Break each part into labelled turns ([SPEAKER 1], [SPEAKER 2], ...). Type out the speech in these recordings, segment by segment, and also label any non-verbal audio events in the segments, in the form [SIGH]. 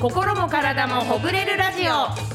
[SPEAKER 1] 心も体もほぐれるラジオ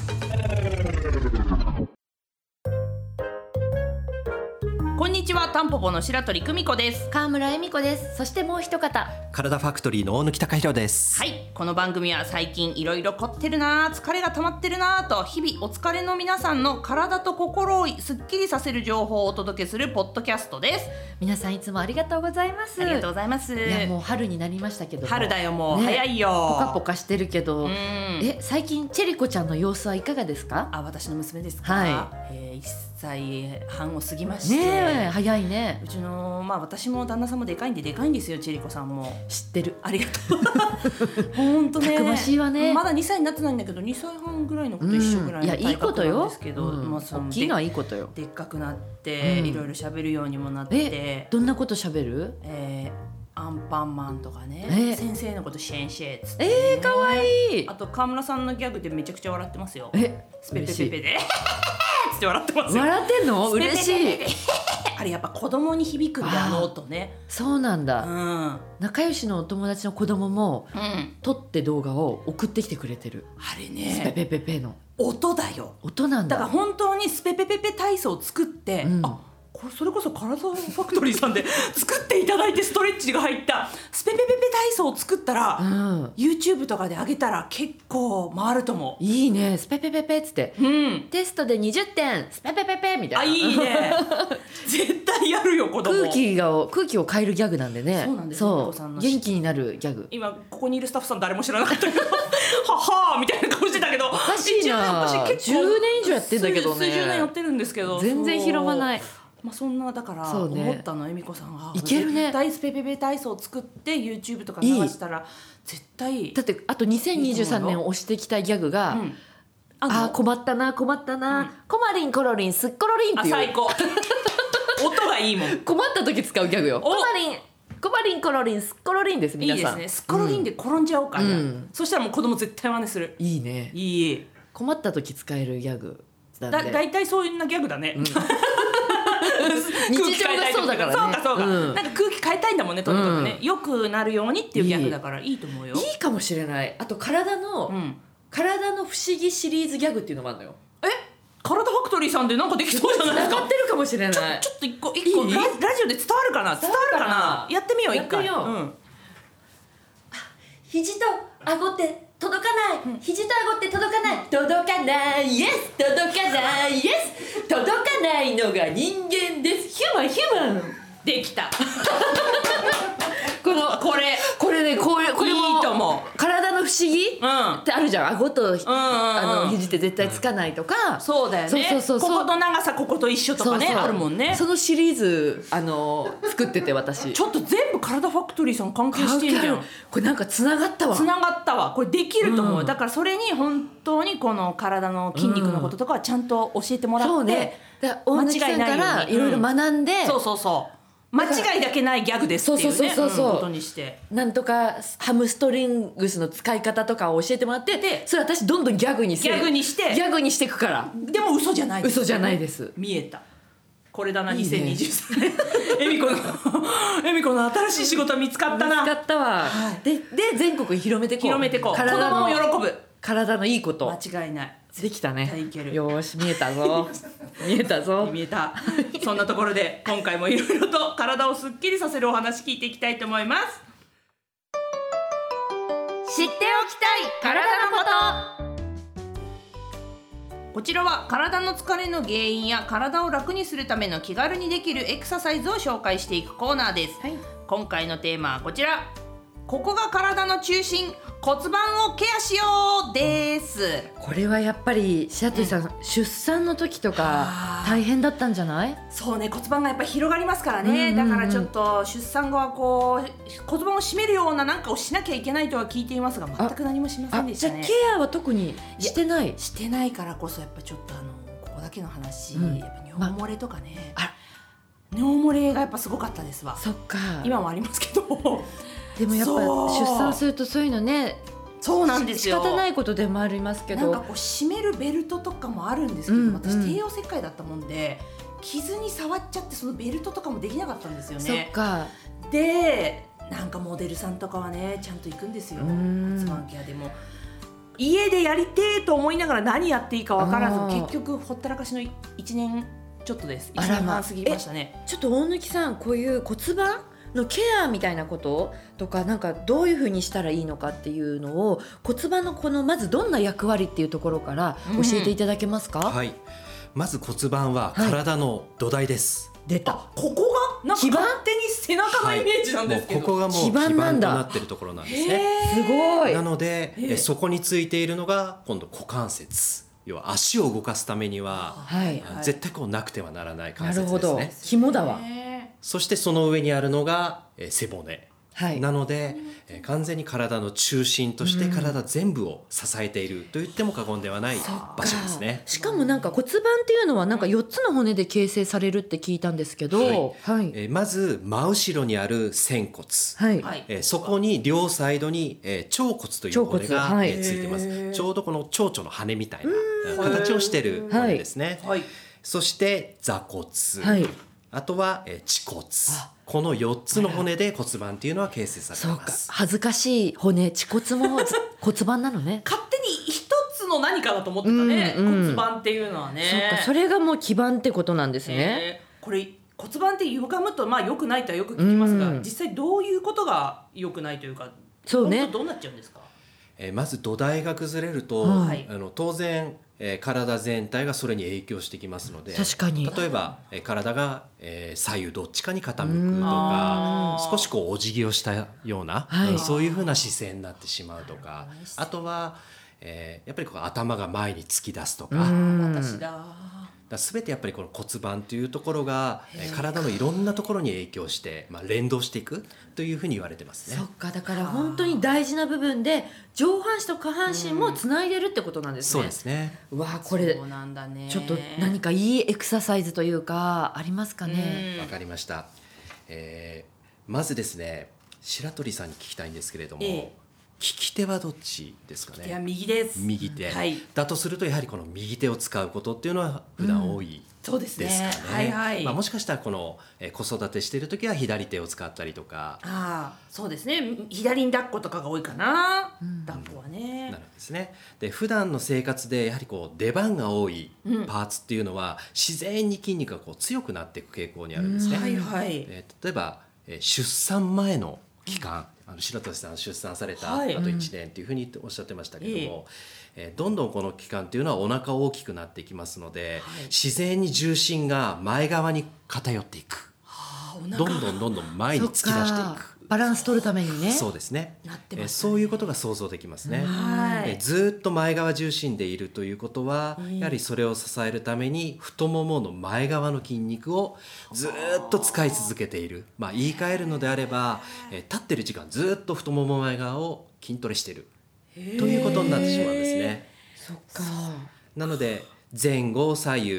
[SPEAKER 1] こんにちはタンポポの白鳥久美子です
[SPEAKER 2] 川村恵美子ですそしてもう一方
[SPEAKER 3] 体ファクトリーの大貫隆弘です。
[SPEAKER 1] はいこの番組は最近いろいろ凝ってるなー疲れが溜まってるなーと日々お疲れの皆さんの体と心をすっきりさせる情報をお届けするポッドキャストです
[SPEAKER 2] 皆さんいつもありがとうございます
[SPEAKER 1] ありがとうございます
[SPEAKER 2] いやもう春になりましたけども
[SPEAKER 1] 春だよもう、
[SPEAKER 2] ね
[SPEAKER 1] 早いよ
[SPEAKER 2] ポカポカしてるけど、
[SPEAKER 1] うん
[SPEAKER 2] え最近チェリコちゃんの様子はいかがですか
[SPEAKER 1] あ私の娘ですか、
[SPEAKER 2] は
[SPEAKER 1] えー、1歳半を過ぎまして、
[SPEAKER 2] ねえ早いね
[SPEAKER 1] うちのまあ私も旦那さんもでかいんででかいんですよ千里子さんも
[SPEAKER 2] 知ってる
[SPEAKER 1] ありがと
[SPEAKER 2] [LAUGHS]
[SPEAKER 1] う本当ね
[SPEAKER 2] たくましいわね
[SPEAKER 1] まだ2歳になってないんだけど2歳半ぐらいの子と一緒ぐらい
[SPEAKER 2] いや
[SPEAKER 1] の
[SPEAKER 2] いい
[SPEAKER 1] 体
[SPEAKER 2] こと
[SPEAKER 1] 格なん
[SPEAKER 2] よ
[SPEAKER 1] ですけど、
[SPEAKER 2] うん
[SPEAKER 1] まあその
[SPEAKER 2] 大きいのはいいことよ
[SPEAKER 1] でっかくなって、
[SPEAKER 2] うん
[SPEAKER 1] いろいろ喋るようにもなって
[SPEAKER 2] え
[SPEAKER 1] え
[SPEAKER 2] どんなこと喋る
[SPEAKER 1] ーアンパンマンとかね
[SPEAKER 2] え
[SPEAKER 1] 先生のことシェンシェっつってね、
[SPEAKER 2] えー、かわいい
[SPEAKER 1] あと川村さんのギャグでめちゃくちゃ笑ってますよ
[SPEAKER 2] え
[SPEAKER 1] スペペ
[SPEAKER 2] 嬉
[SPEAKER 1] ペ
[SPEAKER 2] し
[SPEAKER 1] ペ
[SPEAKER 2] い
[SPEAKER 1] で [LAUGHS] つって笑ってますよ
[SPEAKER 2] 笑ってんの嬉しい
[SPEAKER 1] [LAUGHS] あれやっぱ子供に響くんだ
[SPEAKER 2] あ
[SPEAKER 1] あ
[SPEAKER 2] ー
[SPEAKER 1] の音ね
[SPEAKER 2] そうなん
[SPEAKER 1] う
[SPEAKER 2] だ、
[SPEAKER 1] ん、うん、
[SPEAKER 2] 仲良しのお友達の子供も
[SPEAKER 1] あ
[SPEAKER 2] 撮って動画を送ってきてくれてる、
[SPEAKER 1] れ
[SPEAKER 2] スペ
[SPEAKER 1] ね
[SPEAKER 2] ペペペの
[SPEAKER 1] 音だよ
[SPEAKER 2] 音なん
[SPEAKER 1] だ
[SPEAKER 2] だ
[SPEAKER 1] から本当にスペペペペ体操を作って、
[SPEAKER 2] うん
[SPEAKER 1] あこれそれこそカラザファクトリーさんで [LAUGHS] 作っていただいてストレッチが入ったスペペペペ体操を作ったら、
[SPEAKER 2] うん、
[SPEAKER 1] YouTube とかで上げたら結構回ると思
[SPEAKER 2] いいねスペペペペっつって
[SPEAKER 1] ううん
[SPEAKER 2] テストで20点スペペペペみた
[SPEAKER 1] あ
[SPEAKER 2] いない
[SPEAKER 1] い
[SPEAKER 2] [LAUGHS]
[SPEAKER 1] ね絶対やるよ子供
[SPEAKER 2] 空気が空気を変えるギャグなんでね
[SPEAKER 1] そうなんです猫さんの
[SPEAKER 2] 元気になるギャグ
[SPEAKER 1] 今ここにいるスタッフさん誰も知らなかったけど [LAUGHS] ははーみたいな顔してたけどお
[SPEAKER 2] かしいな10年以上やってんだけどね
[SPEAKER 1] 数十年やってるんですけど
[SPEAKER 2] 全然拾わないい
[SPEAKER 1] まあそんなだから
[SPEAKER 2] そうね
[SPEAKER 1] 思ったの恵美子さんが
[SPEAKER 2] いけるね
[SPEAKER 1] 絶対スペペペ体操を作って YouTube とか流したら絶対
[SPEAKER 2] だってあと2023年を押していきたいギャグが、
[SPEAKER 1] うんあの
[SPEAKER 2] あー困ったな困ったな、
[SPEAKER 1] うん
[SPEAKER 2] コマリンコロリンすっころりんっ
[SPEAKER 1] あ
[SPEAKER 2] てい
[SPEAKER 1] 最
[SPEAKER 2] う [LAUGHS]
[SPEAKER 1] 高音がいいもん
[SPEAKER 2] 困った時使うギャグよ
[SPEAKER 1] お
[SPEAKER 2] コマリンコマリンコロリンすっころりんです
[SPEAKER 1] い
[SPEAKER 2] 皆
[SPEAKER 1] いで
[SPEAKER 2] さ
[SPEAKER 1] す
[SPEAKER 2] ん
[SPEAKER 1] ねスコロリンで転んじゃおうかな、
[SPEAKER 2] うん
[SPEAKER 1] そしたらもう子供絶対真似する
[SPEAKER 2] いいね
[SPEAKER 1] いい
[SPEAKER 2] 困った時使えるギャグなん
[SPEAKER 1] だ
[SPEAKER 2] で
[SPEAKER 1] 大体そういうなギャグだね、 [LAUGHS]
[SPEAKER 2] 日常がそうだからね
[SPEAKER 1] そうかそうか、
[SPEAKER 2] うん
[SPEAKER 1] なんか空気変えたいんだもんねとにかくね、良くなるようにっていうギャグだからいいと思うよ
[SPEAKER 2] いいかもしれないあと体の、
[SPEAKER 1] うん、
[SPEAKER 2] 体の不思議シリーズギャグっていうのもあるのよ
[SPEAKER 1] え体ファクトリーさんでなんかできそうじゃないです
[SPEAKER 2] 繋が
[SPEAKER 1] か
[SPEAKER 2] ってるかもしれない
[SPEAKER 1] ちょっと一個一個
[SPEAKER 2] いい
[SPEAKER 1] ララジオで伝わるかな伝わるかな
[SPEAKER 2] 伝わるかな
[SPEAKER 1] やってみよう一回
[SPEAKER 2] やってみよ
[SPEAKER 1] ん、
[SPEAKER 2] 肘と顎って届かない肘と顎って届かない届かないイエス届かないイエス届かないのが人間ですヒューマンヒューマン
[SPEAKER 1] できた
[SPEAKER 2] この
[SPEAKER 1] これ
[SPEAKER 2] これねこういうこれも
[SPEAKER 1] いいと思
[SPEAKER 2] 体の不思議、
[SPEAKER 1] ううん
[SPEAKER 2] ってあるじゃん顎と、あ
[SPEAKER 1] うん
[SPEAKER 2] の肘って絶対つかないとか、
[SPEAKER 1] そうだよね
[SPEAKER 2] そうそうそうそう
[SPEAKER 1] ここと長さここと一緒とかね
[SPEAKER 2] そうそう
[SPEAKER 1] あるもんね
[SPEAKER 2] そのシリーズあの作ってて私
[SPEAKER 1] ちょっと全部体ファクトリーさん関係してんじゃん
[SPEAKER 2] これなんかつながったわ
[SPEAKER 1] つながったわこれできると思う、
[SPEAKER 2] うん
[SPEAKER 1] だからそれに本当にこの体の筋肉のこととかはちゃんと教えてもらって、
[SPEAKER 2] そうねだから大貫さんか
[SPEAKER 1] 間違いないよう
[SPEAKER 2] ら
[SPEAKER 1] に
[SPEAKER 2] いろいろ学んで、
[SPEAKER 1] そうそうそう間違いだけないギャグですっていうね
[SPEAKER 2] そうそうそうそう
[SPEAKER 1] うんことにして
[SPEAKER 2] なんとかハムストリングスの使い方とかを教えてもらって
[SPEAKER 1] で
[SPEAKER 2] それ私どんどんギャグにして
[SPEAKER 1] ギャグにして
[SPEAKER 2] ギャグにしていくから
[SPEAKER 1] でも嘘じゃない
[SPEAKER 2] 嘘じゃないです
[SPEAKER 1] 見えたこれだない
[SPEAKER 2] いね
[SPEAKER 1] 2023年恵美子の恵美子の新しい仕事は見つかった
[SPEAKER 2] 使
[SPEAKER 1] な
[SPEAKER 2] ったわ、
[SPEAKER 1] はい
[SPEAKER 2] でで全国に広めてこう
[SPEAKER 1] 広めてこう子
[SPEAKER 2] 体
[SPEAKER 1] 供
[SPEAKER 2] の
[SPEAKER 1] も喜ぶ
[SPEAKER 2] 体のいいこと
[SPEAKER 1] 間違いない
[SPEAKER 2] できた
[SPEAKER 1] 対い
[SPEAKER 2] ね
[SPEAKER 1] ける
[SPEAKER 2] よーし見え
[SPEAKER 1] [LAUGHS]
[SPEAKER 2] たぞ見えたぞ
[SPEAKER 1] 見えたそんなところで今回もいろいろと体をすっきりさせるお話聞いていきたいと思います
[SPEAKER 2] 知っておきたい体のこ
[SPEAKER 1] こちらは体の疲れの原因や体を楽にするための気軽にできるエクササイズを紹介していくコーナーです、
[SPEAKER 2] はい
[SPEAKER 1] 今回のテーマはこちらここが体の中心骨盤をケアしようです
[SPEAKER 2] とこれはやっぱり白鳥さん、出産の時と
[SPEAKER 1] あ
[SPEAKER 2] か
[SPEAKER 1] ー
[SPEAKER 2] 大変だったんじゃない
[SPEAKER 1] そうね骨盤がやっぱり広がりますから
[SPEAKER 2] う
[SPEAKER 1] ね、
[SPEAKER 2] んうんうん
[SPEAKER 1] だからちょっと出産後はこう骨盤を締めるようななんかをしなきゃいけないとは聞いていますが全く何もしませ
[SPEAKER 2] あ
[SPEAKER 1] んでし
[SPEAKER 2] じ
[SPEAKER 1] た
[SPEAKER 2] ゃあ
[SPEAKER 1] ね
[SPEAKER 2] ケアは特にしてない
[SPEAKER 1] してないからこそやっぱちょっとあのここだけの話、
[SPEAKER 2] うん
[SPEAKER 1] やっぱ尿漏れとかね、
[SPEAKER 2] あ
[SPEAKER 1] 尿漏れがやっぱすごかったですわ
[SPEAKER 2] そっか
[SPEAKER 1] 今もありますけど
[SPEAKER 2] でもやっぱ
[SPEAKER 1] そう
[SPEAKER 2] 出産するとそういうのね
[SPEAKER 1] [LAUGHS] そうなんですよ
[SPEAKER 2] 仕方ないことでもありますけ
[SPEAKER 1] なんか
[SPEAKER 2] ど
[SPEAKER 1] こう締めるベルトとかもあるんですけど、
[SPEAKER 2] うんうん
[SPEAKER 1] 私帝王切開だったもんで傷に触っちゃってそのベルトとかもできなかったんですよ
[SPEAKER 2] そ
[SPEAKER 1] ね
[SPEAKER 2] っか
[SPEAKER 1] でなんかモデルさんとかはねちゃんと行くんですよ
[SPEAKER 2] うん
[SPEAKER 1] 骨盤ケアでも家でやりてえと思いながら何やっていいか分からず
[SPEAKER 2] あー
[SPEAKER 1] 結局ほったらかしの1年ちょっとです1
[SPEAKER 2] あら
[SPEAKER 1] 年
[SPEAKER 2] ま
[SPEAKER 1] 半過ぎましたね
[SPEAKER 2] ちょっと大貫さんこういう骨盤のケアみたいなこととかなんかどういうふうにしたらいいのかっていうのを骨盤のこのまずどんな役割っていうところから教えていただけますか、
[SPEAKER 3] はい。まず骨盤は
[SPEAKER 2] はい
[SPEAKER 3] 体の土台です。
[SPEAKER 2] 出た
[SPEAKER 1] ここがなんか
[SPEAKER 2] 基盤
[SPEAKER 1] 勝手に背中の
[SPEAKER 3] はい
[SPEAKER 1] イメージなん
[SPEAKER 3] も
[SPEAKER 1] で
[SPEAKER 3] う
[SPEAKER 1] すけど、
[SPEAKER 3] ここがもう基
[SPEAKER 2] 基盤
[SPEAKER 3] 盤と
[SPEAKER 2] なんだ
[SPEAKER 3] なってるところなんですね。
[SPEAKER 1] へ
[SPEAKER 2] すごい
[SPEAKER 3] なので、
[SPEAKER 1] へえ
[SPEAKER 3] えそこについているのが今度股関節。要は足を動かすためには、
[SPEAKER 2] はい
[SPEAKER 1] はい
[SPEAKER 3] 絶対こうなくてはならない関
[SPEAKER 2] な
[SPEAKER 3] 節
[SPEAKER 2] る
[SPEAKER 3] です
[SPEAKER 2] ほ
[SPEAKER 3] ね。
[SPEAKER 2] ど、紐だわ
[SPEAKER 1] え
[SPEAKER 3] そしてその上にあるのが、えー背骨。
[SPEAKER 2] はい
[SPEAKER 3] なので、えー完全に体の中心として体全部を支えていると言っても過言ではない場所ですね。
[SPEAKER 2] しかもなんか骨盤っていうのはなんか4つの骨で形成されるって聞いたんですけど、はい
[SPEAKER 3] えーまず真後ろにある仙骨、
[SPEAKER 2] はい
[SPEAKER 1] はい
[SPEAKER 3] えーそこに両サイドに、えー腸骨という骨が
[SPEAKER 2] 腸骨はい
[SPEAKER 3] えーついてま
[SPEAKER 1] へー
[SPEAKER 3] すちょうどこの蝶々の羽みたいなえー形をしてる骨ですね、
[SPEAKER 1] はい
[SPEAKER 3] そして座骨、
[SPEAKER 2] はい
[SPEAKER 3] あとは、えー恥骨
[SPEAKER 2] あ
[SPEAKER 3] この4つの骨で骨盤っていうのは形成されて
[SPEAKER 2] そう
[SPEAKER 3] ま
[SPEAKER 2] か
[SPEAKER 3] す
[SPEAKER 2] 恥ずかしい骨恥骨も骨盤なのね
[SPEAKER 3] [LAUGHS]
[SPEAKER 1] 勝手に一つの何かだと思ってたね、
[SPEAKER 2] うんうん
[SPEAKER 1] 骨盤っていうのはね
[SPEAKER 2] そうかそれがもう基盤ってことなんですね、
[SPEAKER 1] えーこれ骨盤って歪むとまあ良くないとはよく聞きますが、
[SPEAKER 2] うん
[SPEAKER 1] 実際どういうことが良くないというか
[SPEAKER 2] そうね
[SPEAKER 1] 本当どうなっちゃうんですか
[SPEAKER 3] えーまず土台が崩れると、
[SPEAKER 2] はい
[SPEAKER 3] あの当然、えー体全体がそれに影響してきますので
[SPEAKER 2] 確かに
[SPEAKER 3] 例えば、えー体が、えー左右どっちかに傾くと
[SPEAKER 1] う
[SPEAKER 3] か
[SPEAKER 1] ん
[SPEAKER 3] 少しこうお辞儀をしたような、
[SPEAKER 2] はい
[SPEAKER 3] うんそういうふうな姿勢になってしまうとかあとは、えーやっぱりこう頭が前に突き出すと
[SPEAKER 2] う
[SPEAKER 3] か,、
[SPEAKER 2] ん
[SPEAKER 1] 私だ
[SPEAKER 3] だから全てやっぱりこの骨盤というところが、えー体のいろんなところに影響して、まあ、連動していくというふうに言われてますね
[SPEAKER 2] そ。っかだから本当に大事な部分で上半身と下半身もつないでるってことなんですね、
[SPEAKER 3] そうですね
[SPEAKER 2] うわあこれ
[SPEAKER 1] そうなんだね
[SPEAKER 2] ちょっと何かいいエクササイズというかありますかね、
[SPEAKER 1] うん
[SPEAKER 3] わかりました、えーまずですね白鳥さんに聞きたいんですけれども、
[SPEAKER 1] ええ
[SPEAKER 3] 利き手はどっちですか
[SPEAKER 1] いや
[SPEAKER 3] ね
[SPEAKER 1] 右です
[SPEAKER 3] 右手、
[SPEAKER 1] はい
[SPEAKER 3] だとするとやはりこの右手を使うことっていうのは普段多い、
[SPEAKER 1] そうですね
[SPEAKER 3] ですかね
[SPEAKER 1] はいはい、
[SPEAKER 3] まあ、もしかしたらこの、えー子育てしてる時は左手を使ったりとか
[SPEAKER 1] ああそうですね左に抱っことかが多いかな、抱っこは
[SPEAKER 3] な
[SPEAKER 1] ね
[SPEAKER 3] るんですねで普段の生活でやはりこう出番が多いパーツっていうのは、自然に筋肉がこう強くなっていく傾向にあるんですね、
[SPEAKER 1] はいはい
[SPEAKER 3] えー例えば、えー出産前の期間、あの白鳥さん出産された、
[SPEAKER 1] はい
[SPEAKER 3] あと1年というふうにおっしゃってましたけども、
[SPEAKER 1] え
[SPEAKER 3] えーどんどんこの期間っていうのはお腹大きくなっていきますので、
[SPEAKER 1] はい
[SPEAKER 3] 自然に重心が前側に偏っていく
[SPEAKER 1] あお
[SPEAKER 3] ど
[SPEAKER 1] 腹
[SPEAKER 3] んどんどんどん前に
[SPEAKER 2] そっ
[SPEAKER 3] 突き出してい
[SPEAKER 2] か
[SPEAKER 3] く
[SPEAKER 2] バランス取るためにね
[SPEAKER 3] そうですね
[SPEAKER 1] なって
[SPEAKER 3] えー
[SPEAKER 1] ます
[SPEAKER 3] そういうことが想像できますね。
[SPEAKER 1] は
[SPEAKER 3] え
[SPEAKER 1] い
[SPEAKER 3] ーずーっと前側重心でいるということは、やはりそれを支えるために太ももの前側の筋肉をずーっと使い続けている、まあ、言い換えるのであれば、えー立ってる時間ずーっと太もも前側を筋トレしてるということになってしまうんですね。
[SPEAKER 2] そっか
[SPEAKER 3] なので前後左右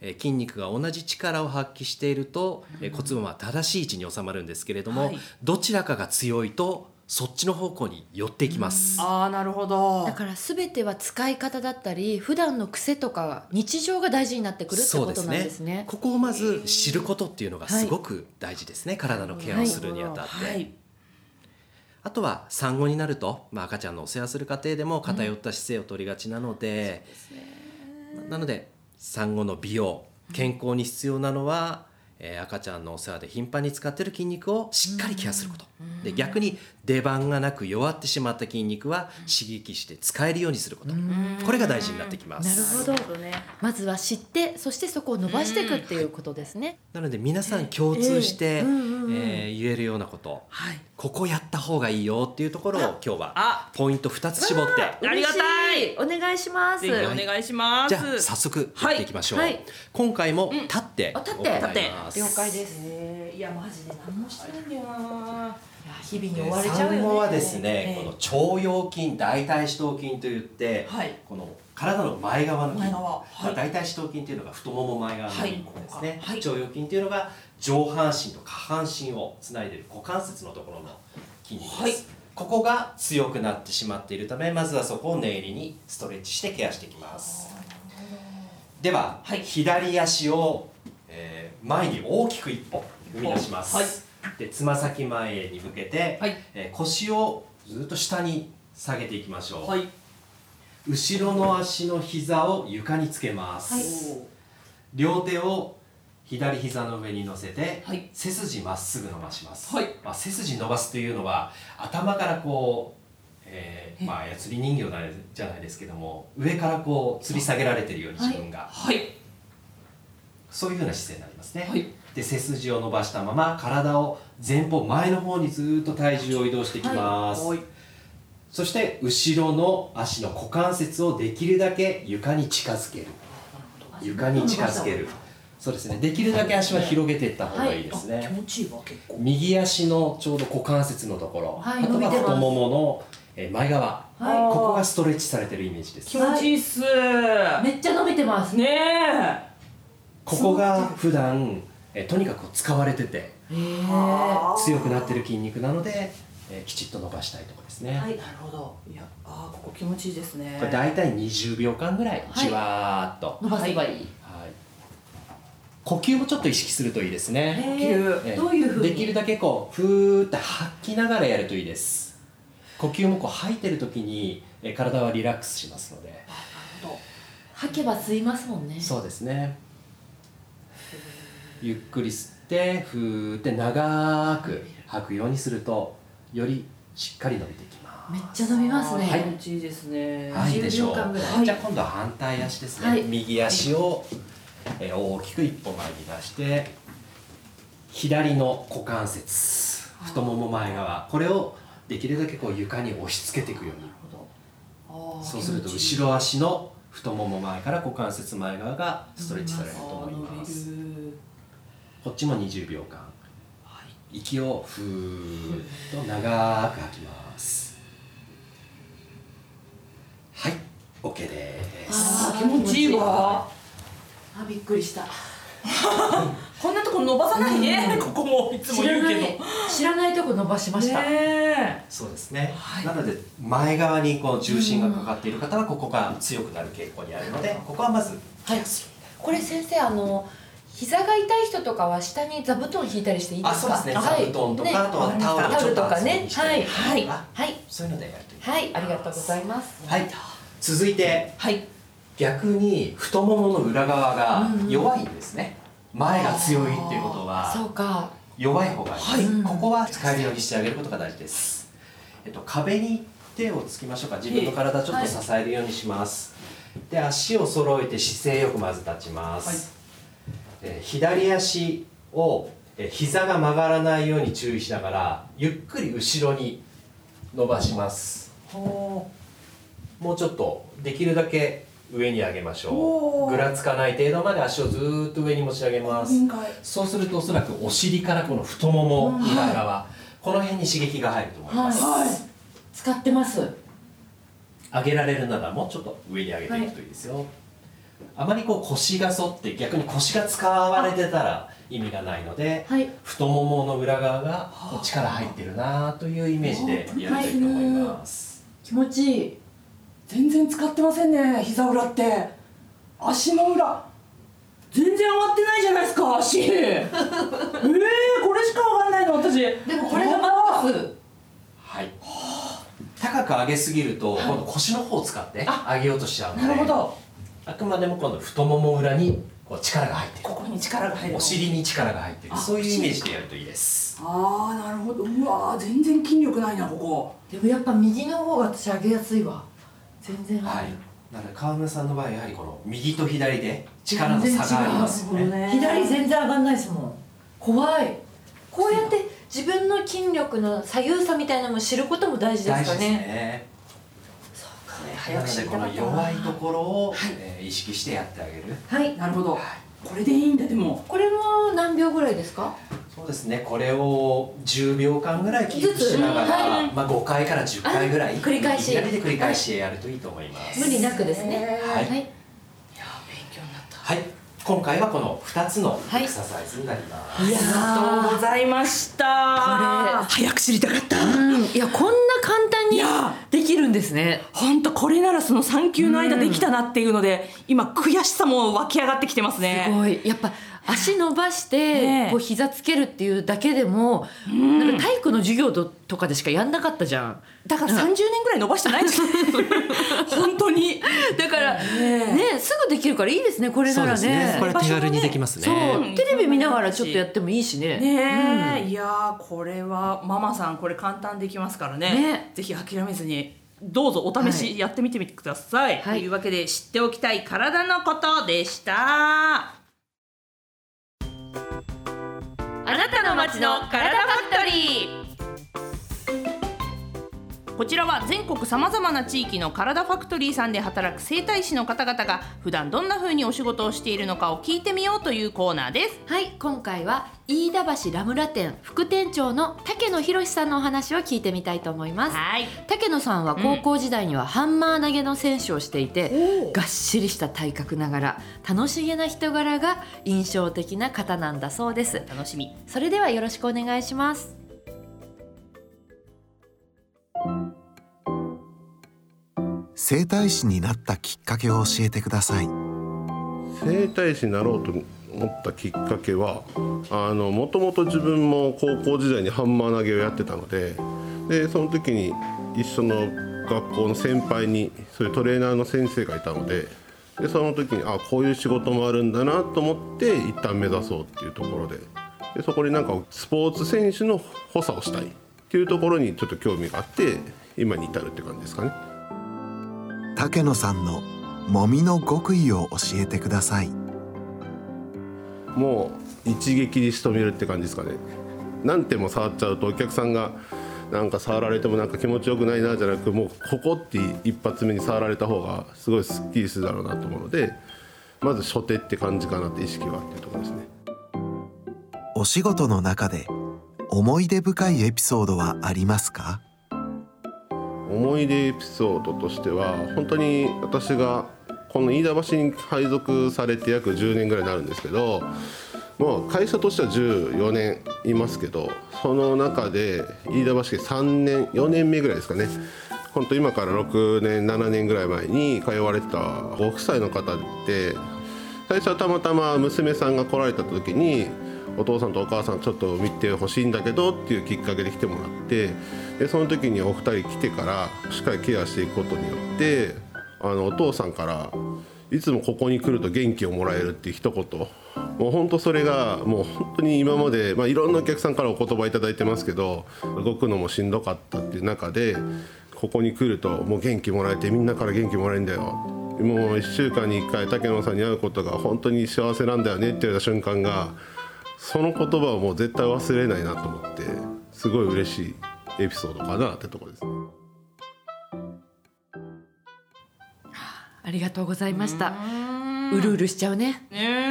[SPEAKER 3] えー筋肉が同じ力を発揮していると、えー骨盤は正しい位置に収まるんですけれども、
[SPEAKER 1] はい
[SPEAKER 3] どちらかが強いとそっちの方向に寄っていきます。
[SPEAKER 1] ああなるほど
[SPEAKER 2] だから全ては使い方だったり普段の癖とか日常が大事になってくるってことなんですね。
[SPEAKER 3] ここをまず知ることっていうのがすごく大事ですね、体のケアをするにあたって、
[SPEAKER 1] はい
[SPEAKER 3] あとは産後になると、まあ、赤ちゃんのお世話する過程でも偏った姿勢を取りがちなので,、ななので産後の美容健康に必要なのは、えー赤ちゃんのお世話で頻繁に使ってる筋肉をしっかりケアすること、で逆に出番がなく弱ってしまった筋肉は刺激して使えるようにすること、これが大事になってきます。
[SPEAKER 2] なるほど
[SPEAKER 1] ね
[SPEAKER 2] まずは知ってそしてそこを伸ばしていくっていうことですね。
[SPEAKER 3] なので皆さん共通して、え
[SPEAKER 2] ええうんうんうん
[SPEAKER 3] ー言えるようなこと
[SPEAKER 1] はい
[SPEAKER 3] ここやった方がいいよっていうところを今日は
[SPEAKER 1] あ
[SPEAKER 3] ポイント2つ絞って
[SPEAKER 1] ありがたい
[SPEAKER 2] 嬉しいお願いします。
[SPEAKER 1] ぜひお願いします
[SPEAKER 3] じゃあ早速やっていきましょう、
[SPEAKER 2] はいはい
[SPEAKER 3] 今回も立って
[SPEAKER 2] あ立って
[SPEAKER 3] 行います
[SPEAKER 2] 了解です。
[SPEAKER 1] えーいやマジで何もしてないんだよない
[SPEAKER 2] や日々に追われちゃうよね。
[SPEAKER 3] 産後はですね、
[SPEAKER 1] ええ
[SPEAKER 3] この腸腰筋大腿四頭筋といって、
[SPEAKER 1] はい
[SPEAKER 3] この体の前側の筋
[SPEAKER 1] 前側はい
[SPEAKER 3] まあ、大腿四頭筋というのが太もも前側の筋肉ですね、
[SPEAKER 1] はいはい
[SPEAKER 3] 腸腰筋というのが上半身と下半身をつないでいる股関節のところの筋肉です、
[SPEAKER 1] はい
[SPEAKER 3] ここが強くなってしまっているためまずはそこを念入りにストレッチしてケアしていきますでは、
[SPEAKER 1] はい
[SPEAKER 3] 左足を、えー前に大きく一歩踏み出します、
[SPEAKER 1] はい
[SPEAKER 3] でつま先前に向けて、
[SPEAKER 1] はい
[SPEAKER 3] えー腰をずっと下に下げていきましょう、
[SPEAKER 1] はい
[SPEAKER 3] 後ろの足の膝を床につけます、両手を左膝の上に乗せて、
[SPEAKER 1] はい
[SPEAKER 3] 背筋まっすぐ伸ばします、
[SPEAKER 1] はい
[SPEAKER 3] まあ、背筋伸ばすというのは頭からこう、えーまあ、釣り人形だねじゃないですけども上からこう吊り下げられてるように自分が、
[SPEAKER 1] はい
[SPEAKER 3] そういうふうな姿勢になりますね、
[SPEAKER 1] はい
[SPEAKER 3] で背筋を伸ばしたまま体を前方前の方にずーっと体重を移動していきます、
[SPEAKER 1] はい
[SPEAKER 3] そして後ろの足の股関節をできるだけ床に近づける床に近づけるそうですねできるだけ足は広げていった方がいいですね、
[SPEAKER 1] あ気持ちいいわ結構
[SPEAKER 3] 右足のちょうど股関節のところ、
[SPEAKER 2] はい
[SPEAKER 3] あと
[SPEAKER 2] 伸び
[SPEAKER 3] は
[SPEAKER 2] てます
[SPEAKER 3] 太もものえー前側、
[SPEAKER 1] はい
[SPEAKER 3] ここがストレッチされてるイメージです
[SPEAKER 1] 気持ちいいっす、
[SPEAKER 4] めっちゃ伸びてます
[SPEAKER 1] ねえ
[SPEAKER 3] ここが普段えーとにかく使われてて強くなってる筋肉なので、えーきちっと伸ばしたいところですね、
[SPEAKER 4] はい
[SPEAKER 1] なるほどいやあーここ気持ちいいですね
[SPEAKER 3] これ大体20秒間ぐらい
[SPEAKER 4] はい
[SPEAKER 3] じわーっと、
[SPEAKER 4] 伸ばせばいい、
[SPEAKER 3] はい、呼吸もちょっと意識するといいですね、
[SPEAKER 4] へー
[SPEAKER 3] ええ
[SPEAKER 4] どういうふうに
[SPEAKER 3] できるだけこうふーって吐きながらやるといいです呼吸もこう吐いてる時にえ体はリラックスしますので
[SPEAKER 4] 吐けば吸いますもんね
[SPEAKER 3] そうですねゆっくり吸ってふーって長く吐くようにするとよりしっかり伸びてきます
[SPEAKER 4] めっちゃ伸びますね、
[SPEAKER 1] あ
[SPEAKER 3] はい
[SPEAKER 1] ー気持ちいいですね
[SPEAKER 3] はい
[SPEAKER 4] 10
[SPEAKER 3] でしょ
[SPEAKER 4] 秒
[SPEAKER 3] う
[SPEAKER 4] 間ぐらい
[SPEAKER 3] はいじゃあ今度は反対足ですね、
[SPEAKER 4] はい
[SPEAKER 3] 右足を、えー大きく一歩前に出して左の股関節太もも前側これをできるだけこう床に押し付けていくように
[SPEAKER 1] あー
[SPEAKER 3] そうすると
[SPEAKER 1] 気持ちいい
[SPEAKER 3] 後ろ足の太もも前から股関節前側がストレッチされると思います
[SPEAKER 1] あー伸びる
[SPEAKER 3] こっちも20秒間
[SPEAKER 1] はい
[SPEAKER 3] 息をふーっと長く吐きますはい OK です
[SPEAKER 1] あー気持ちいいわ
[SPEAKER 4] あびっくりした
[SPEAKER 1] こんなとこ伸ばさないね、ここもいつも
[SPEAKER 2] 知ら
[SPEAKER 1] 言う
[SPEAKER 2] な
[SPEAKER 1] けど
[SPEAKER 2] い知らないとこ伸ばしました、
[SPEAKER 1] ね
[SPEAKER 3] そうですね、
[SPEAKER 1] はい
[SPEAKER 3] なので前側にこう重心がかかっている方はここが強くなる傾向にあるのでここはまずケアする、
[SPEAKER 2] これ先生あの膝が痛い人とかは下に座布団引いたりしていいですか
[SPEAKER 3] あそうですね座
[SPEAKER 2] はい
[SPEAKER 3] 布団とか、
[SPEAKER 2] ね
[SPEAKER 3] あとはタオルを
[SPEAKER 2] タ
[SPEAKER 3] ち
[SPEAKER 2] オ
[SPEAKER 3] ょっ
[SPEAKER 2] ルと
[SPEAKER 3] と
[SPEAKER 2] か
[SPEAKER 3] 厚め
[SPEAKER 2] ね
[SPEAKER 3] にして
[SPEAKER 2] はい
[SPEAKER 3] は
[SPEAKER 2] はいいはい
[SPEAKER 3] そういうのでやるといい
[SPEAKER 2] はいありがとうございます
[SPEAKER 3] はい続いて
[SPEAKER 1] えはい
[SPEAKER 3] 逆に太ももの裏側が弱いんですね、前が強いっていうこと
[SPEAKER 2] そ
[SPEAKER 3] は
[SPEAKER 2] うか
[SPEAKER 3] 弱い方がいいです、
[SPEAKER 2] はい
[SPEAKER 3] ここは使えるようにしてあげることが大事です、えっと、壁に手をつきましょうか自分の体ちょっと支えるようにします、で足を揃えて姿勢よくまず立ちます、えー左足をえー膝が曲がらないように注意しながらゆっくり後ろに伸ばします
[SPEAKER 1] ほ
[SPEAKER 3] もうちょっとできるだけ上に上げましょ
[SPEAKER 1] お
[SPEAKER 3] う
[SPEAKER 1] ー
[SPEAKER 3] ぐらつかない程度まで足をずーっと上に持ち上げます、
[SPEAKER 1] ーか
[SPEAKER 3] そうするとおそらくお尻からこの太もも裏側、この辺に刺激が入ると思います、
[SPEAKER 1] は
[SPEAKER 4] 使ってます
[SPEAKER 3] 上げられるならもうちょっと上に上げていくといいですよ、あまりこう腰が反って逆に腰が使われてたら意味がないので、
[SPEAKER 4] はい
[SPEAKER 3] 太ももの裏側がこう力入ってるなというイメージでやるといいと思います、
[SPEAKER 4] 気持ちいい
[SPEAKER 1] 全然使ってませんね膝裏って足の裏全然上がってないじゃないですか足ええこれしか上がんないの私
[SPEAKER 4] でもこれがマックス
[SPEAKER 3] はい高く上げすぎると今度腰の方を使って上げようとしちゃうので
[SPEAKER 1] なるほど
[SPEAKER 3] あくまでも今度太もも裏にこう力が入ってる
[SPEAKER 1] ここに力が入る
[SPEAKER 3] お尻に力が入ってる
[SPEAKER 1] あ
[SPEAKER 3] そういうイメージでやるといいです
[SPEAKER 1] ああなるほどうわー全然筋力ないなここ
[SPEAKER 4] でもやっぱ右の方が私上げやすいわ全然
[SPEAKER 3] は
[SPEAKER 4] あ
[SPEAKER 3] い
[SPEAKER 4] る、
[SPEAKER 3] なので川村さんの場合やはりこの右と左で力の差がありますよね
[SPEAKER 4] 左全然上がんないですもん
[SPEAKER 2] 怖いこうやって自分の筋力の左右差みたいなのも知ることも大事で
[SPEAKER 3] 大
[SPEAKER 2] す
[SPEAKER 3] 事
[SPEAKER 2] か
[SPEAKER 3] です
[SPEAKER 2] ね
[SPEAKER 3] ね
[SPEAKER 1] 早
[SPEAKER 3] な
[SPEAKER 1] く
[SPEAKER 3] の
[SPEAKER 1] 知
[SPEAKER 3] で
[SPEAKER 1] り
[SPEAKER 3] こ
[SPEAKER 1] たか
[SPEAKER 3] の
[SPEAKER 1] った
[SPEAKER 3] 弱いところを、えー意識してやってあげる
[SPEAKER 4] はい
[SPEAKER 1] なるほどこれでいいんだでも
[SPEAKER 2] これも何秒ぐらいですか
[SPEAKER 3] そうですねこれを10秒間ぐらいキープしなが
[SPEAKER 2] ずつ
[SPEAKER 3] ら、
[SPEAKER 2] はい
[SPEAKER 3] まあ、5回から10回ぐらい
[SPEAKER 2] あ繰り返し
[SPEAKER 3] 左で繰り返しやるといいと思います
[SPEAKER 2] 無理なくですね
[SPEAKER 3] はい
[SPEAKER 2] は
[SPEAKER 1] い
[SPEAKER 2] い
[SPEAKER 1] や勉強になった
[SPEAKER 3] はい今回はこの2つのエクササイズになります、
[SPEAKER 1] ありがとうございました
[SPEAKER 2] これ
[SPEAKER 1] 早く知りたかった
[SPEAKER 2] うんいやこんな簡単に
[SPEAKER 1] いや
[SPEAKER 2] できるんですね
[SPEAKER 1] 本当これならその産休の間できたなっていうので、今悔しさも湧き上がってきてますね
[SPEAKER 2] すごいやっぱ足伸ばして
[SPEAKER 1] ねえ
[SPEAKER 2] こう膝つけるっていうだけでも、なんか体育の授業ととかでしかやんなかったじゃん
[SPEAKER 1] だから30年ぐらい伸ばしてない [LAUGHS] です本当に
[SPEAKER 2] だから
[SPEAKER 1] ねえ
[SPEAKER 2] ねすぐできるからいいですねこれ
[SPEAKER 3] そ
[SPEAKER 2] な
[SPEAKER 3] うで
[SPEAKER 2] ら
[SPEAKER 3] すね
[SPEAKER 2] ね。
[SPEAKER 3] これ手軽にできます
[SPEAKER 2] そう
[SPEAKER 1] ね
[SPEAKER 2] テレビ見ながらちょっとやってもいいしね。
[SPEAKER 1] ねえ、いやーこれはママさんこれ簡単できますからね
[SPEAKER 2] ね
[SPEAKER 1] ぜひ諦めずにどうぞお試
[SPEAKER 2] は
[SPEAKER 1] しやってみてみてください、
[SPEAKER 2] はい
[SPEAKER 1] というわけで知っておきたい体のことでしたあなたの街の体ファクトリーこちらは全国さまざまな地域の体ファクトリーさんで働く整体師の方々が普段どんな風にお仕事をしているのかを聞いてみようというコーナーです
[SPEAKER 2] はい、今回は飯田橋ラムラ店副店長の竹野博さんのお話を聞いてみたいと思います。
[SPEAKER 1] はい
[SPEAKER 2] 竹野さんは高校時代にはハンマー投げの選手をしていて、
[SPEAKER 1] おー
[SPEAKER 2] がっしりした体格ながら楽しげな人柄が印象的な方なんだそうです。
[SPEAKER 1] 楽しみ
[SPEAKER 2] それではよろしくお願いします。
[SPEAKER 5] 整体師になったきっかけを教えてください
[SPEAKER 6] 整体師になろうと思ったきっかけはあのもともと自分も高校時代にハンマー投げをやってたのででその時に一緒の学校の先輩にそういうトレーナーの先生がいたのででその時にあこういう仕事もあるんだなと思って一旦目指そうっていうところででそこになんかスポーツ選手の補佐をしたいっていうところにちょっと興味があって今に至るって感じですかね。
[SPEAKER 5] 竹野さんの揉みの極意を教えてください
[SPEAKER 6] もう一撃で仕留めるって感じですかね何点も触っちゃうとお客さんがなんか触られてもなんか気持ちよくないなじゃなくもうここって一発目に触られた方がすごいスッキリするだろうなと思うのでまず初手って感じかなって意識はっていうところですね
[SPEAKER 5] お仕事の中で思い出深いエピソードはありますか
[SPEAKER 6] 思い出エピソードとしては本当に私がこの飯田橋に配属されて約10年ぐらいになるんですけど、まあ、会社としては14年いますけどその中で飯田橋家3年4年目ぐらいですかね本当今から6年7年ぐらい前に通われてたご夫妻の方って最初はたまたま娘さんが来られた時にお父さんとお母さんちょっと見てほしいんだけどっていうきっかけで来てもらってでその時にお二人来てからしっかりケアしていくことによってあのお父さんからいつもここに来ると元気をもらえるっていう一言もう本当それがもう本当に今まで、まあ、いろんなお客さんからお言葉いただいてますけど動くのもしんどかったっていう中でここに来るともう元気もらえてみんなから元気もらえるんだよもう1週間に1回竹野さんに会うことが本当に幸せなんだよねって言われた瞬間がその言葉をもう絶対忘れないなと思ってすごい嬉しいエピソードかなってとこですね。
[SPEAKER 2] ありがとうございました。うるうるしちゃうね。
[SPEAKER 1] や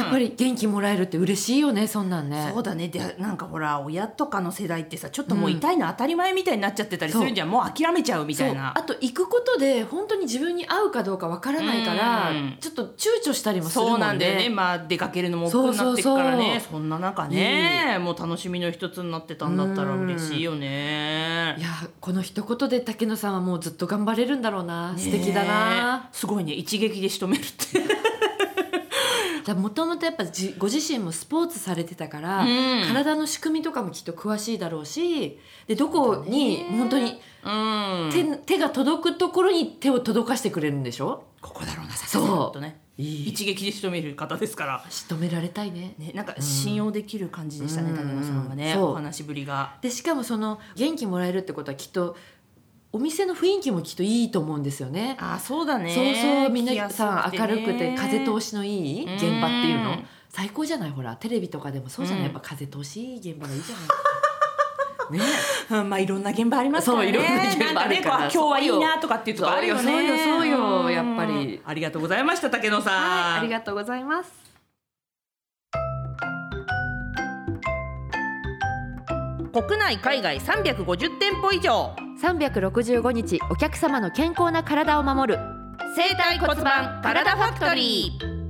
[SPEAKER 2] やっぱり元気もらえるって嬉しいよね。そんなんね
[SPEAKER 1] そう。だねでなんかほら親とかの世代ってさちょっともう痛いの当たり前みたいになっちゃってたりするんじゃんもう諦めちゃうみたいな
[SPEAKER 2] そうあと行くことで本当に自分に合うかどうかわからないから、
[SPEAKER 1] うん
[SPEAKER 2] ちょっと躊躇したりもするもんね
[SPEAKER 1] そうなんだよねまあ出かけるのも億劫になってくから
[SPEAKER 2] そうそう
[SPEAKER 1] ね
[SPEAKER 2] そ
[SPEAKER 1] そんな中ねもう楽しみの一つになってたんだったら嬉しいよね
[SPEAKER 2] いやこの一言で竹野さんはもうずっと頑張れるんだろうな、素敵だ
[SPEAKER 1] ね
[SPEAKER 2] な
[SPEAKER 1] すごいね一撃で仕留めるって
[SPEAKER 2] もともとやっぱじご自身もスポーツされてたから、
[SPEAKER 1] うん
[SPEAKER 2] 体の仕組みとかもきっと詳しいだろうしでどこに本当に
[SPEAKER 1] うん
[SPEAKER 2] 手,、手が届くところに手を届かしてくれるんでしょ
[SPEAKER 1] [LAUGHS] ここだろうなさ
[SPEAKER 2] そう
[SPEAKER 1] さっとね
[SPEAKER 2] い
[SPEAKER 1] 一撃で仕留める方ですから
[SPEAKER 2] 仕留められたいね
[SPEAKER 1] ねなんか信用できる感じでしたね
[SPEAKER 2] うん
[SPEAKER 1] 竹野さんがね
[SPEAKER 2] そう
[SPEAKER 1] お話しぶりが
[SPEAKER 2] でしかもその元気もらえるってことはきっとお店の雰囲気もきっといいと思うんですよね
[SPEAKER 1] あそうだね
[SPEAKER 2] そうそうみんなさ
[SPEAKER 1] 来
[SPEAKER 2] 明
[SPEAKER 1] やす
[SPEAKER 2] る
[SPEAKER 1] ね
[SPEAKER 2] くて
[SPEAKER 1] [LAUGHS]
[SPEAKER 2] 風通しのいい
[SPEAKER 1] うん
[SPEAKER 2] 現場っていうの最高じゃないほらテレビとかでもそうじゃない、
[SPEAKER 1] うん
[SPEAKER 2] やっぱ風通しいい現場がいいじゃない
[SPEAKER 1] うん、まあいろんな現場ありますからね。
[SPEAKER 2] そういろんな現場あるから
[SPEAKER 1] なんねこう今日はいいなとかっていうとこあるよね。
[SPEAKER 2] そうよそうよそうよ
[SPEAKER 1] ん
[SPEAKER 2] やっぱり
[SPEAKER 1] ありがとうございました竹野さん。
[SPEAKER 2] はいありがとうございます
[SPEAKER 1] 国内海外350店舗以上
[SPEAKER 2] 365日お客様の健康な体を守る
[SPEAKER 1] 生体骨盤体ファクトリー。はい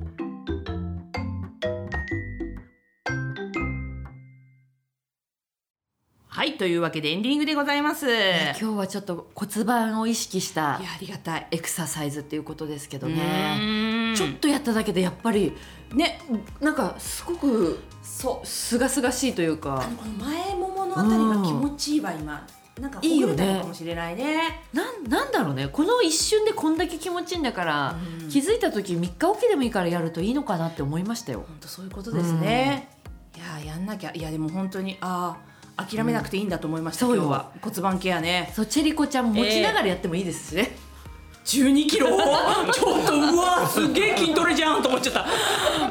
[SPEAKER 1] はいというわけでエンディングでございます、
[SPEAKER 2] ね今日はちょっと骨盤を意識した
[SPEAKER 1] いやありがたい
[SPEAKER 2] エクササイズっていうことですけど
[SPEAKER 1] う
[SPEAKER 2] ね
[SPEAKER 1] ーん
[SPEAKER 2] ちょっとやっただけでやっぱりねなんかすごく
[SPEAKER 1] そう
[SPEAKER 2] すがすがしいというか
[SPEAKER 1] この前もものあたりが気持ちいいわ今なんかほ
[SPEAKER 2] いい
[SPEAKER 1] ぐれ
[SPEAKER 2] よね
[SPEAKER 1] たのかもしれないね
[SPEAKER 2] なんなんだろうねこの一瞬でこんだけ気持ちいいんだから、
[SPEAKER 1] うん
[SPEAKER 2] 気づいた時3日おきでもいいからやるといいのかなって思いましたよ。
[SPEAKER 1] 本当そういうことですね、いややんなきゃいやでも本当にああ諦めなくていいんだと思いました、
[SPEAKER 2] うん
[SPEAKER 1] 今日は骨盤ケアね
[SPEAKER 2] そうチェリコちゃん持ちながらやってもいいですしね、
[SPEAKER 1] 12キロ [LAUGHS] ちょっとうわすげえ筋トレじゃんと思っちゃっ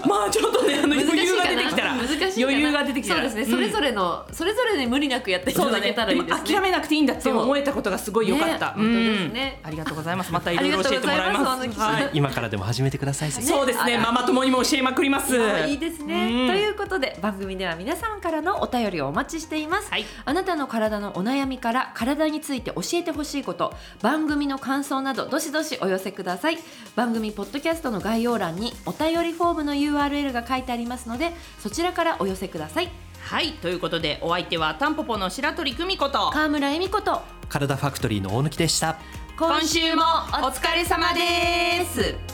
[SPEAKER 1] たまあちょっとねあの余裕が出てきたら
[SPEAKER 2] 難しいかな
[SPEAKER 1] 余裕が出てきたら
[SPEAKER 2] そうですね、それぞれのそれぞれで無理なくやっていただけたらいいですね
[SPEAKER 1] 諦めなくていいんだって思えたことがすごい良かった、
[SPEAKER 2] ね本当ですね
[SPEAKER 1] うんありがとうございますまたいろいろ教えてもらいま
[SPEAKER 2] ありがとう
[SPEAKER 1] す
[SPEAKER 2] ございます
[SPEAKER 1] はい
[SPEAKER 3] 今からでも始めてください。
[SPEAKER 1] そうですね
[SPEAKER 2] あ
[SPEAKER 1] ママ友にも教えまくります
[SPEAKER 2] あいいですね、
[SPEAKER 1] うん
[SPEAKER 2] ということで番組では皆さんからのお便りをお待ちしています、
[SPEAKER 1] はい
[SPEAKER 2] あなたの体のお悩みから体について教えてほしいこと番組の感想などどしどしお寄せください番組ポッドキャストの概要欄にお便りフォームの URL が書いてありますのでそちらからお寄せください
[SPEAKER 1] はいということでお相手はタンポポの白鳥久美子と
[SPEAKER 2] 川村恵美子と
[SPEAKER 3] 体ファクトリーの大貫でした。
[SPEAKER 1] 今週もお疲れ様です